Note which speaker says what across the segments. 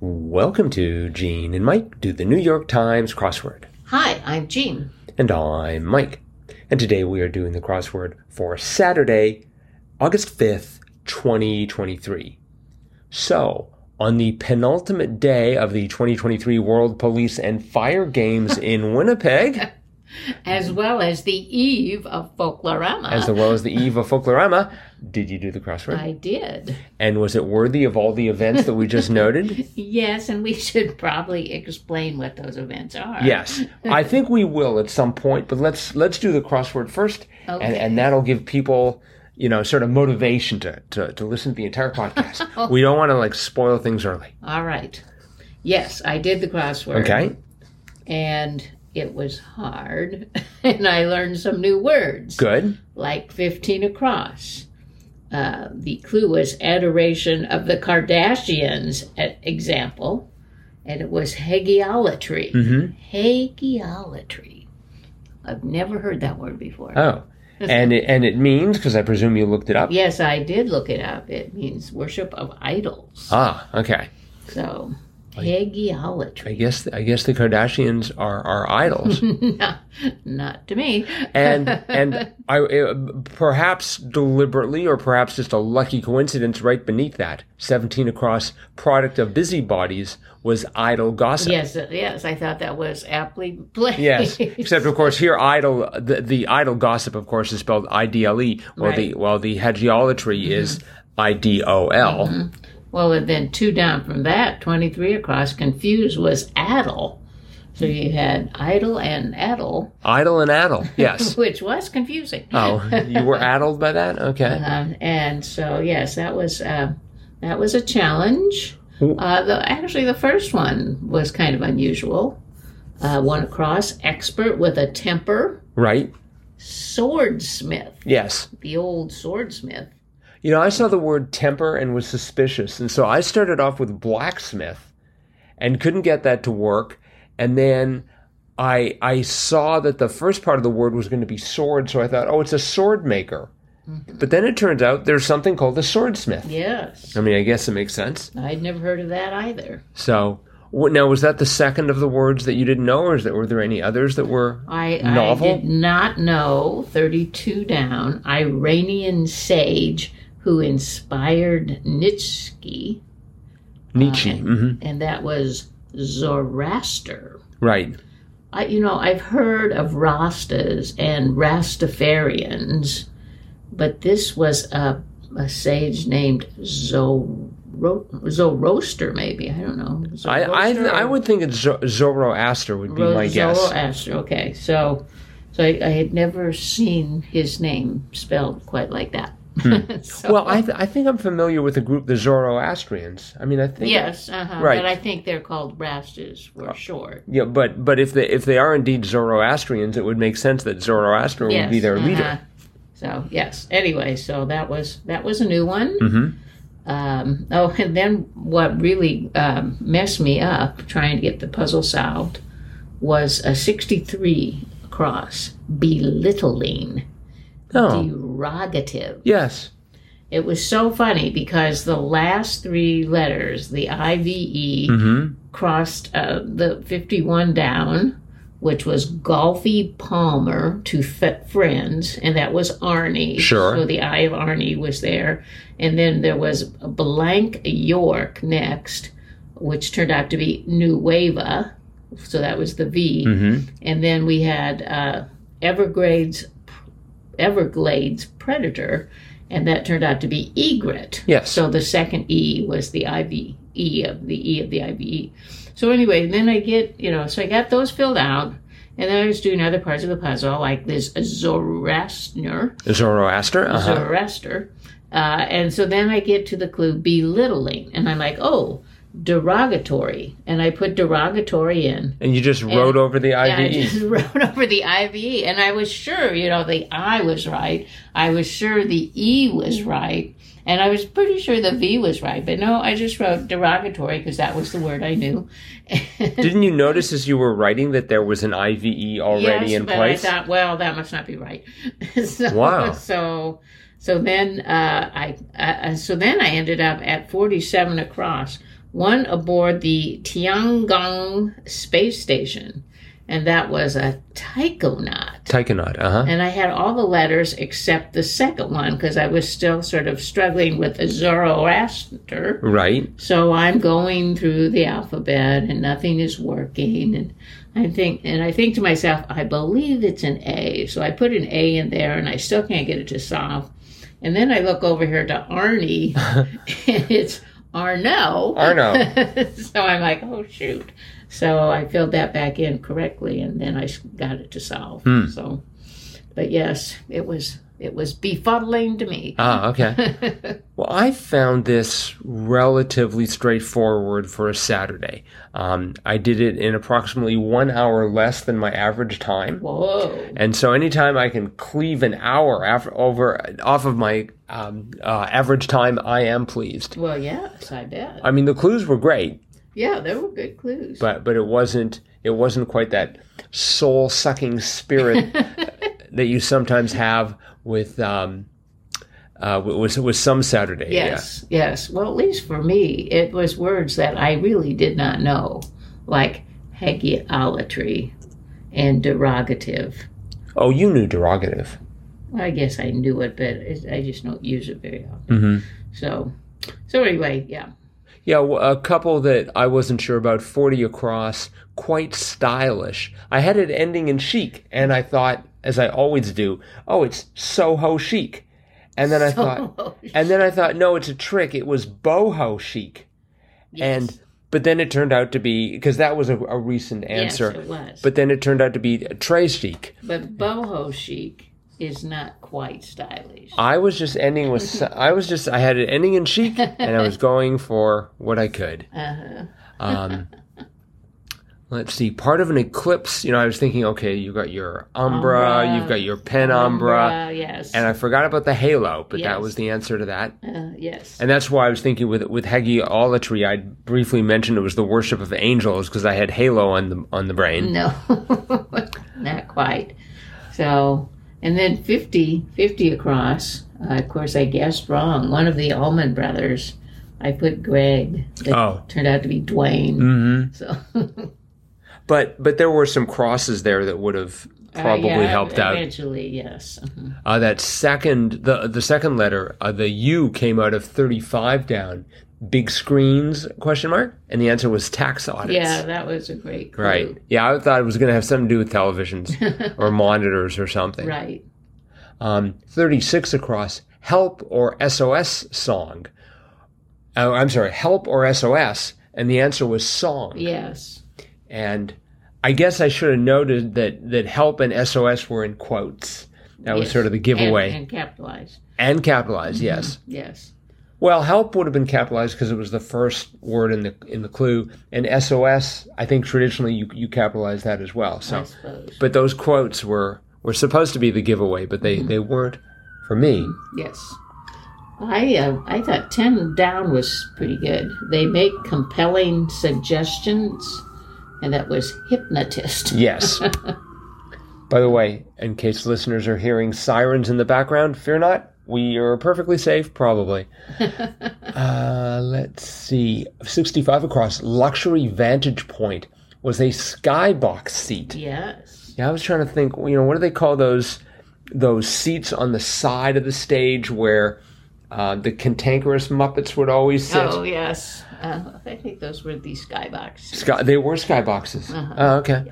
Speaker 1: Welcome to Gene and Mike do the New York Times crossword.
Speaker 2: Hi, I'm Jean.
Speaker 1: And I'm Mike. And today we are doing the crossword for Saturday, August 5th, 2023. So, on the penultimate day of the 2023 World Police and Fire Games in Winnipeg,
Speaker 2: As well as the eve of Folklorama.
Speaker 1: as well as the eve of Folklorama, did you do the crossword?
Speaker 2: I did.
Speaker 1: And was it worthy of all the events that we just noted?
Speaker 2: Yes, and we should probably explain what those events are.
Speaker 1: Yes, I think we will at some point. But let's let's do the crossword first, and,
Speaker 2: Okay.
Speaker 1: and that'll give people you know sort of motivation to to, to listen to the entire
Speaker 2: Oh.
Speaker 1: podcast. we don't want to like spoil things early.
Speaker 2: All right. Yes, I did the crossword.
Speaker 1: Okay,
Speaker 2: And it was hard, and I learned some new words.
Speaker 1: good.
Speaker 2: like 15 across. Uh, the clue was adoration of the Kardashians e- example, and it was hagiololatry.
Speaker 1: hmm
Speaker 2: Hagiololatry. I've never heard that word before.
Speaker 1: Oh, and it, and it means because I presume you looked it up.
Speaker 2: yes, I did look it up. It means worship of idols.
Speaker 1: Ah, okay.
Speaker 2: so,
Speaker 1: I- I
Speaker 2: hagiololatry.
Speaker 1: guess I guess the Kardashians are are idols,
Speaker 2: not, not to me.
Speaker 1: and and I uh, perhaps deliberately or perhaps just a lucky coincidence. Right beneath that, seventeen across, product of busybodies was idle gossip.
Speaker 2: yes, uh, yes, I thought that was aptly placed.
Speaker 1: Yes, except of course here idle the, the idle gossip of course is spelled I D L E while
Speaker 2: Right.
Speaker 1: the while the hagiolatry is I D O L.
Speaker 2: Well, and then two down from that, 23 across, confused was addle. So you had idle and addle,
Speaker 1: Idle and addle. Yes.
Speaker 2: which was confusing.
Speaker 1: oh, you were addled by that? Okay.
Speaker 2: Um, and so, yes, that was uh, that was a challenge.
Speaker 1: Ooh.
Speaker 2: Uh, the, actually, the first one was kind of unusual. Uh, one across, expert with a temper,
Speaker 1: Right?
Speaker 2: swordsmith,
Speaker 1: Yes.
Speaker 2: the old swordsmith.
Speaker 1: You know, I saw the word temper and was suspicious. And so I started off with blacksmith and couldn't get that to work. And then I I saw that the first part of the word was going to be sword, so I thought, "Oh, it's a sword maker." But then it turns out there's something called a swordsmith.
Speaker 2: Yes,
Speaker 1: I mean, I guess it makes sense.
Speaker 2: I'd never heard of that either.
Speaker 1: So, what, now was that the second of the words that you didn't know, or is that, were there any others that were?
Speaker 2: I, I
Speaker 1: Novel?
Speaker 2: did not know 32 down Iranian sage who inspired Nitsky,
Speaker 1: Nietzsche, hmm
Speaker 2: and that was Zoroaster.
Speaker 1: right?
Speaker 2: I, you know, I've heard of Rastas and Rastafarians, but this was a, a sage named Zoro, Zoroaster, maybe. I don't know.
Speaker 1: I I,
Speaker 2: Zoroaster
Speaker 1: I
Speaker 2: or-
Speaker 1: would think it's Zo- Zoroaster would be my
Speaker 2: Ro-
Speaker 1: guess.
Speaker 2: Zoroaster. Okay, so so I, I had never seen his name spelled quite like that.
Speaker 1: Hmm.
Speaker 2: So-
Speaker 1: Well, I th- I think I'm familiar with the group the Zoroastrians. I mean, I think
Speaker 2: yes, uh-huh,
Speaker 1: Right. Uh,
Speaker 2: but I think they're called Rastas for short.
Speaker 1: Yeah, but but if they if they are indeed Zoroastrians, it would make sense that Zoroaster
Speaker 2: Yes,
Speaker 1: would be their
Speaker 2: uh-huh.
Speaker 1: leader.
Speaker 2: So yes. Anyway, so that was that was a new one.
Speaker 1: Mhm.
Speaker 2: Um, oh, and then what really um, messed me up trying to get the puzzle solved was a 63 across belittling,
Speaker 1: Oh,
Speaker 2: derogative.
Speaker 1: yes,
Speaker 2: It was so funny because the last three letters, the IVE,
Speaker 1: mm-hmm.
Speaker 2: crossed uh, the 51 down, which was Golfy Palmer to f- friends, and that was Arnie.
Speaker 1: Sure.
Speaker 2: So the eye of Arnie was there. And then there was blank York next, which turned out to be Nueva. So that was the V.
Speaker 1: Mm-hmm.
Speaker 2: And then we had uh, Everglades, Everglades Predator, and that turned out to be Egret.
Speaker 1: Yes.
Speaker 2: So the second E was the IV E of the E of the IVE. So anyway, then I get you know, so I got those filled out, and then I was doing other parts of the puzzle like this Zoroaster,
Speaker 1: Zoroaster. Uh-huh.
Speaker 2: Zoroaster, uh, and so then I get to the clue belittling, and I'm like, oh, derogatory, and I put derogatory in.
Speaker 1: and you just rode over the E.
Speaker 2: Yeah, I
Speaker 1: IVE.
Speaker 2: just wrote over the IVE, and I was sure, you know, the I was right. I was sure the E was right, and I was pretty sure the V was right. But no, I just wrote derogatory because that was the word I knew.
Speaker 1: Didn't you notice as you were writing that there was an IVE already
Speaker 2: yes,
Speaker 1: in
Speaker 2: but
Speaker 1: place?
Speaker 2: I thought, well, that must not be right. so,
Speaker 1: Wow.
Speaker 2: So, so then uh, I uh, so then I ended up at forty-seven across one aboard the Tiangong space station, and that was a taikonaut.
Speaker 1: Taikonaut, uh huh.
Speaker 2: And I had all the letters except the second one because I was still sort of struggling with the Zoroaster.
Speaker 1: Right.
Speaker 2: So I'm going through the alphabet and nothing is working and I think and I think to myself, I believe it's an A. So I put an A in there and I still can't get it to solve. And then I look over here to Arnie and it's Arno.
Speaker 1: Arno.
Speaker 2: so I'm like, oh shoot. So I filled that back in correctly and then I s- got it to solve.
Speaker 1: Hmm.
Speaker 2: So but yes, it was it was befuddling to me.
Speaker 1: Ah, okay. well, I found this relatively straightforward for a Saturday. Um, I did it in approximately one hour less than my average time.
Speaker 2: Whoa.
Speaker 1: And so, anytime I can cleave an hour af over off of my um, uh, average time, I am pleased.
Speaker 2: Well, yes, I bet.
Speaker 1: I mean, the clues were great,
Speaker 2: Yeah, there were good clues.
Speaker 1: but but it wasn't it wasn't quite that soul sucking spirit that you sometimes have with um, uh, with with some Saturday.
Speaker 2: yes, yes. Well, at least for me, it was words that I really did not know, like hagiolatry and derogative.
Speaker 1: Oh, you knew derogative.
Speaker 2: I guess I knew it, but it, I just don't use it very often.
Speaker 1: Mm-hmm.
Speaker 2: So, so anyway, yeah.
Speaker 1: Yeah, w- a couple that I wasn't sure about, 40 across, quite stylish. I had it ending in chic, and I thought, as I always do, oh, it's Soho chic. And then I thought, and then I thought, no, it's a trick. It was boho chic. And, but then it turned out to be, because that was a, a recent
Speaker 2: yes,
Speaker 1: answer.
Speaker 2: it was. But,
Speaker 1: But then it turned out to be très chic.
Speaker 2: but boho chic is not quite stylish.
Speaker 1: I was just ending with, so- I was just, I had it ending in chic, and I was going for what I could.
Speaker 2: Uh-huh.
Speaker 1: Um, let's see. Part of an eclipse. You know, I was thinking, okay, you've got your umbra,
Speaker 2: Umbra.
Speaker 1: you've got your penumbra,
Speaker 2: Umbra, Uh, yes.
Speaker 1: and I forgot about the halo, but that
Speaker 2: Yes.
Speaker 1: was the answer to that.
Speaker 2: uh, yes.
Speaker 1: And that's why I was thinking with with hagiolatry, I briefly mentioned it was the worship of angels because I had halo on the on the brain.
Speaker 2: No, not quite. So, and then 50, 50 across. Uh, of course, I guessed wrong. One of the Allman Brothers. I put Greg. That
Speaker 1: Oh.
Speaker 2: Turned out to be Dwayne.
Speaker 1: Mm-hmm.
Speaker 2: So
Speaker 1: But but there were some crosses there that would have probably
Speaker 2: Uh, yeah,
Speaker 1: helped out.
Speaker 2: Eventually, yes. Mhm.
Speaker 1: Uh, that second the the second letter, uh, the U came out of thirty five down. Big screens question mark, and the answer was tax audits.
Speaker 2: Yeah, Mm. that was a great clue.
Speaker 1: Right. Yeah, I thought it was going to have something to do with televisions or monitors or something.
Speaker 2: Right.
Speaker 1: Um, 36 across, help or SOS song. Oh, I'm sorry, help or SOS. And the answer was song.
Speaker 2: Yes.
Speaker 1: And I guess I should have noted that, that help and SOS were in quotes. That was
Speaker 2: Yes.
Speaker 1: sort of the giveaway. And,
Speaker 2: And, and Mm-hmm. capitalized.
Speaker 1: capitalized, yes.
Speaker 2: Yes.
Speaker 1: Well, help would have been capitalized because it was the first word in the in the clue. And SOS, I think traditionally you, you capitalize that as well. So
Speaker 2: I suppose.
Speaker 1: but those quotes were were supposed to be the giveaway, but
Speaker 2: Mm-hmm.
Speaker 1: they they weren't for me.
Speaker 2: Yes. I uh, I thought ten down was pretty good. They make compelling suggestions, and that was hypnotist.
Speaker 1: Yes. By the way, in case listeners are hearing sirens in the background, fear not. We are perfectly safe, probably. uh, let's see. 65 across, luxury vantage point was a skybox seat.
Speaker 2: Yes.
Speaker 1: Yeah, I was trying to think, you know, what do they call those those seats on the side of the stage where uh, the cantankerous Muppets would always sit?
Speaker 2: Oh yes. Uh, I think those were the skybox.
Speaker 1: Sky, they were skyboxes.
Speaker 2: Uh-huh.
Speaker 1: Oh, okay.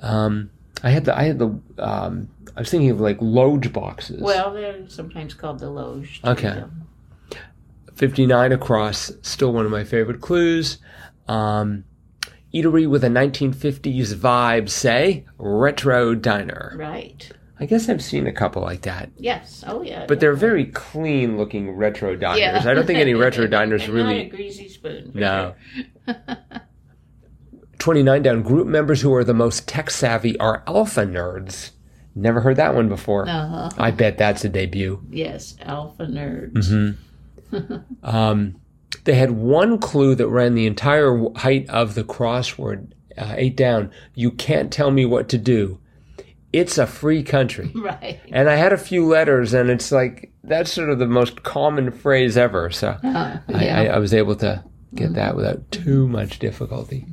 Speaker 1: Um, I had the I had the um, I was thinking of like loge boxes.
Speaker 2: Well, they're sometimes called the loge. too,
Speaker 1: Okay.
Speaker 2: though.
Speaker 1: fifty nine across, still one of my favorite clues. Um, eatery with a nineteen fifties vibe, say retro diner.
Speaker 2: Right.
Speaker 1: I guess I've seen a couple like that,
Speaker 2: Yes. Oh yeah.
Speaker 1: but they're very clean looking retro diners.
Speaker 2: yeah.
Speaker 1: I don't think any retro diners
Speaker 2: And Not a
Speaker 1: really.
Speaker 2: greasy spoon. for
Speaker 1: No.
Speaker 2: sure.
Speaker 1: 29 down group members who are the most tech savvy are alpha nerds. Never heard that one before.
Speaker 2: Uh-huh.
Speaker 1: I bet that's a debut.
Speaker 2: Yes. Alpha nerds.
Speaker 1: Um, they had one clue that ran the entire w- height of the crossword, uh, eight down. You can't tell me what to do. It's a free country.
Speaker 2: Right.
Speaker 1: And I had a few letters, and it's like that's sort of the most common phrase ever. So
Speaker 2: Uh,
Speaker 1: I, I, I was able to get that without too much difficulty.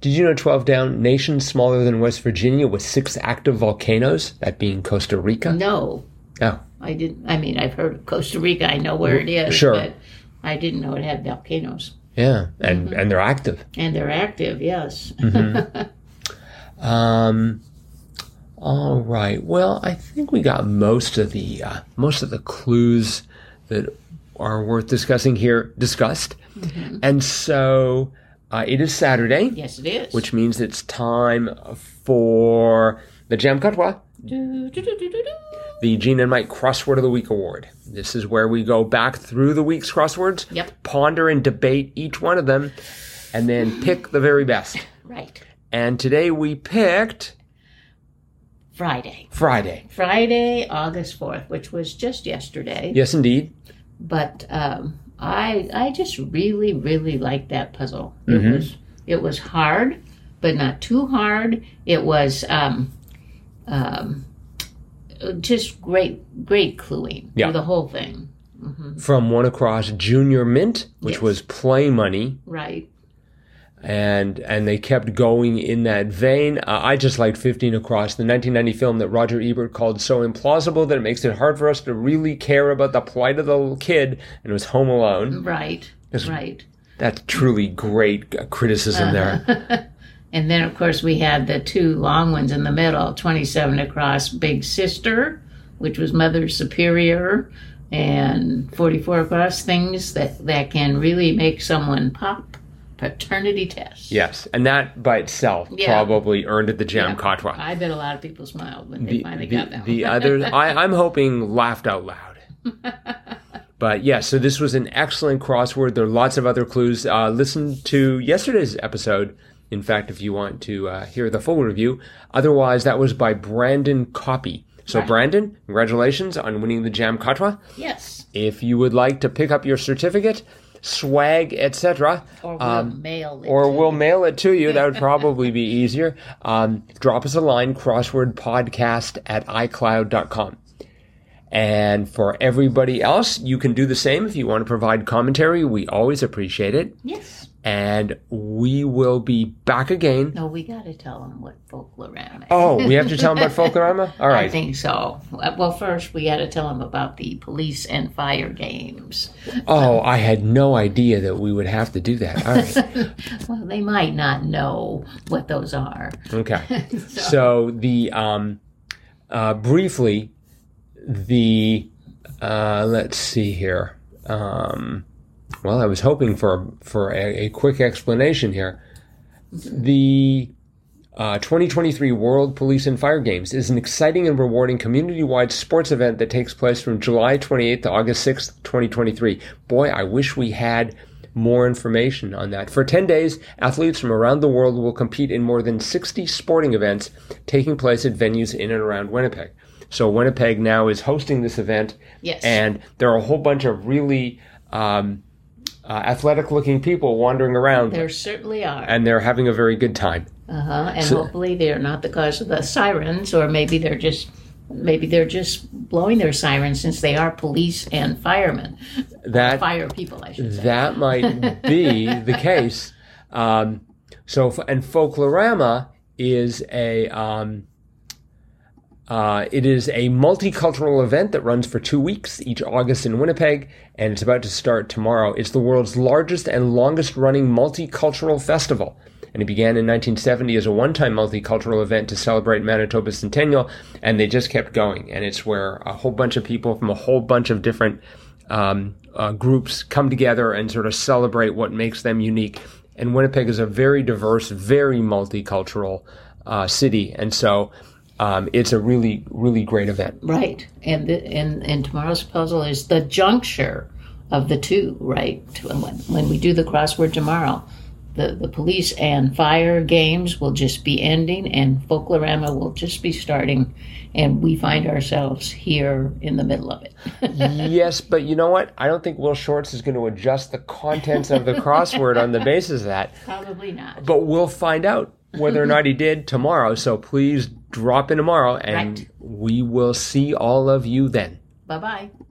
Speaker 1: Did you know 12 down, nation smaller than West Virginia with six active volcanoes, that being Costa Rica?
Speaker 2: No,
Speaker 1: Oh,
Speaker 2: I didn't. I mean, I've heard of Costa Rica. I know where it is.
Speaker 1: Sure.
Speaker 2: But I didn't know it had volcanoes.
Speaker 1: yeah. And, and they're active.
Speaker 2: And they're active, yes.
Speaker 1: Mm. Um, all right. Well, I think we got most of the uh, most of the clues that are worth discussing here discussed, and so uh, it is Saturday,
Speaker 2: yes, it is.
Speaker 1: which means it's time for the Jam Katwa,
Speaker 2: Do, do, do, do, do, do.
Speaker 1: the Gene and Mike Crossword of the Week Award. This is where we go back through the week's crosswords,
Speaker 2: Yep.
Speaker 1: ponder and debate each one of them, and then pick the very best.
Speaker 2: Right.
Speaker 1: And today we picked
Speaker 2: Friday.
Speaker 1: Friday.
Speaker 2: Friday, August 4th, which was just yesterday.
Speaker 1: Yes, indeed.
Speaker 2: But um, I I just really, really liked that puzzle.
Speaker 1: Mm-hmm.
Speaker 2: It was it was hard, but not too hard. It was um, um, just great great cluing
Speaker 1: Yeah.
Speaker 2: through the whole thing.
Speaker 1: from one across Junior Mint, which
Speaker 2: Yes.
Speaker 1: was play money,
Speaker 2: Right.
Speaker 1: and and they kept going in that vein. Uh, I just liked 15 across, the 1990 film that Roger Ebert called so implausible that it makes it hard for us to really care about the plight of the little kid, and it was Home Alone.
Speaker 2: Right. Right.
Speaker 1: That's truly great uh, criticism
Speaker 2: Uh-huh.
Speaker 1: there.
Speaker 2: And then, of course, we had the two long ones in the middle 27 across Big Sister, which was Mother Superior, and 44 across things that, that can really make someone pop paternity tests.
Speaker 1: Yes, and that by itself
Speaker 2: Yeah.
Speaker 1: probably earned it the Jam Katwa.
Speaker 2: I bet a lot of people smiled when they
Speaker 1: the,
Speaker 2: finally
Speaker 1: the-
Speaker 2: got that
Speaker 1: the
Speaker 2: one.
Speaker 1: other I, i'm hoping laughed out loud but yeah so this was an excellent crossword there are lots of other clues uh, listen to yesterday's episode in fact if you want to uh, hear the full review otherwise that was by brandon copy so brandon congratulations on winning the jam katwa
Speaker 2: yes.
Speaker 1: if you would like to pick up your certificate swag etc
Speaker 2: Or we'll mail it.
Speaker 1: um, or we'll mail it to you. That would probably be easier. Um, drop us a line, crosswordpodcast at iCloud.com. And for everybody else, you can do the same if you want to provide commentary. We always appreciate it.
Speaker 2: yes.
Speaker 1: And we will be back again.
Speaker 2: No, we got to tell them what folklorama is.
Speaker 1: Oh, we have to tell them about Folkorama? All
Speaker 2: I
Speaker 1: right.
Speaker 2: think so. Well, first, we got to tell them about the police and fire games.
Speaker 1: Oh, I had no idea that we would have to do that. All right.
Speaker 2: Well, they might not know what those are.
Speaker 1: Okay. so, the um, uh, briefly, the uh, let's see here. Um, well, I was hoping for for a, a quick explanation here. The uh, 2023 World Police and Fire Games is an exciting and rewarding community-wide sports event that takes place from July 28th to August 6th, 2023. Boy, I wish we had more information on that. For 10 days, athletes from around the world will compete in more than 60 sporting events taking place at venues in and around Winnipeg. So Winnipeg now is hosting this event.
Speaker 2: Yes.
Speaker 1: And there are a whole bunch of really um, uh, athletic-looking people wandering around.
Speaker 2: There certainly are.
Speaker 1: and they're having a very good time.
Speaker 2: Uh-huh. And hopefully they are not the cause of the sirens, or maybe they're just maybe they're just blowing their sirens since they are police and firemen,
Speaker 1: That
Speaker 2: fire people, I should say.
Speaker 1: That might be the case. Um, so, f- and Folklorama is a um, uh, it is a multicultural event that runs for two weeks each August in Winnipeg, and it's about to start tomorrow. It's the world's largest and longest running multicultural festival. And it began in 1970 as a one time multicultural event to celebrate Manitoba's centennial, and they just kept going. And it's where a whole bunch of people from a whole bunch of different um, uh, groups come together and sort of celebrate what makes them unique. And Winnipeg is a very diverse, very multicultural uh, city, and so um, it's a really, really great event.
Speaker 2: Right. And the, and and tomorrow's puzzle is the juncture of the two, right? When, when we do the crossword tomorrow, the, the police and fire games will just be ending and folklorama will just be starting and we find ourselves here in the middle of it.
Speaker 1: yes, but you know what? I don't think Will Shorts is going to adjust the contents of the crossword on the basis of that.
Speaker 2: Probably not.
Speaker 1: But we'll find out whether or not he did tomorrow. So please drop in tomorrow, and
Speaker 2: Right.
Speaker 1: we will see all of you then.
Speaker 2: Bye bye.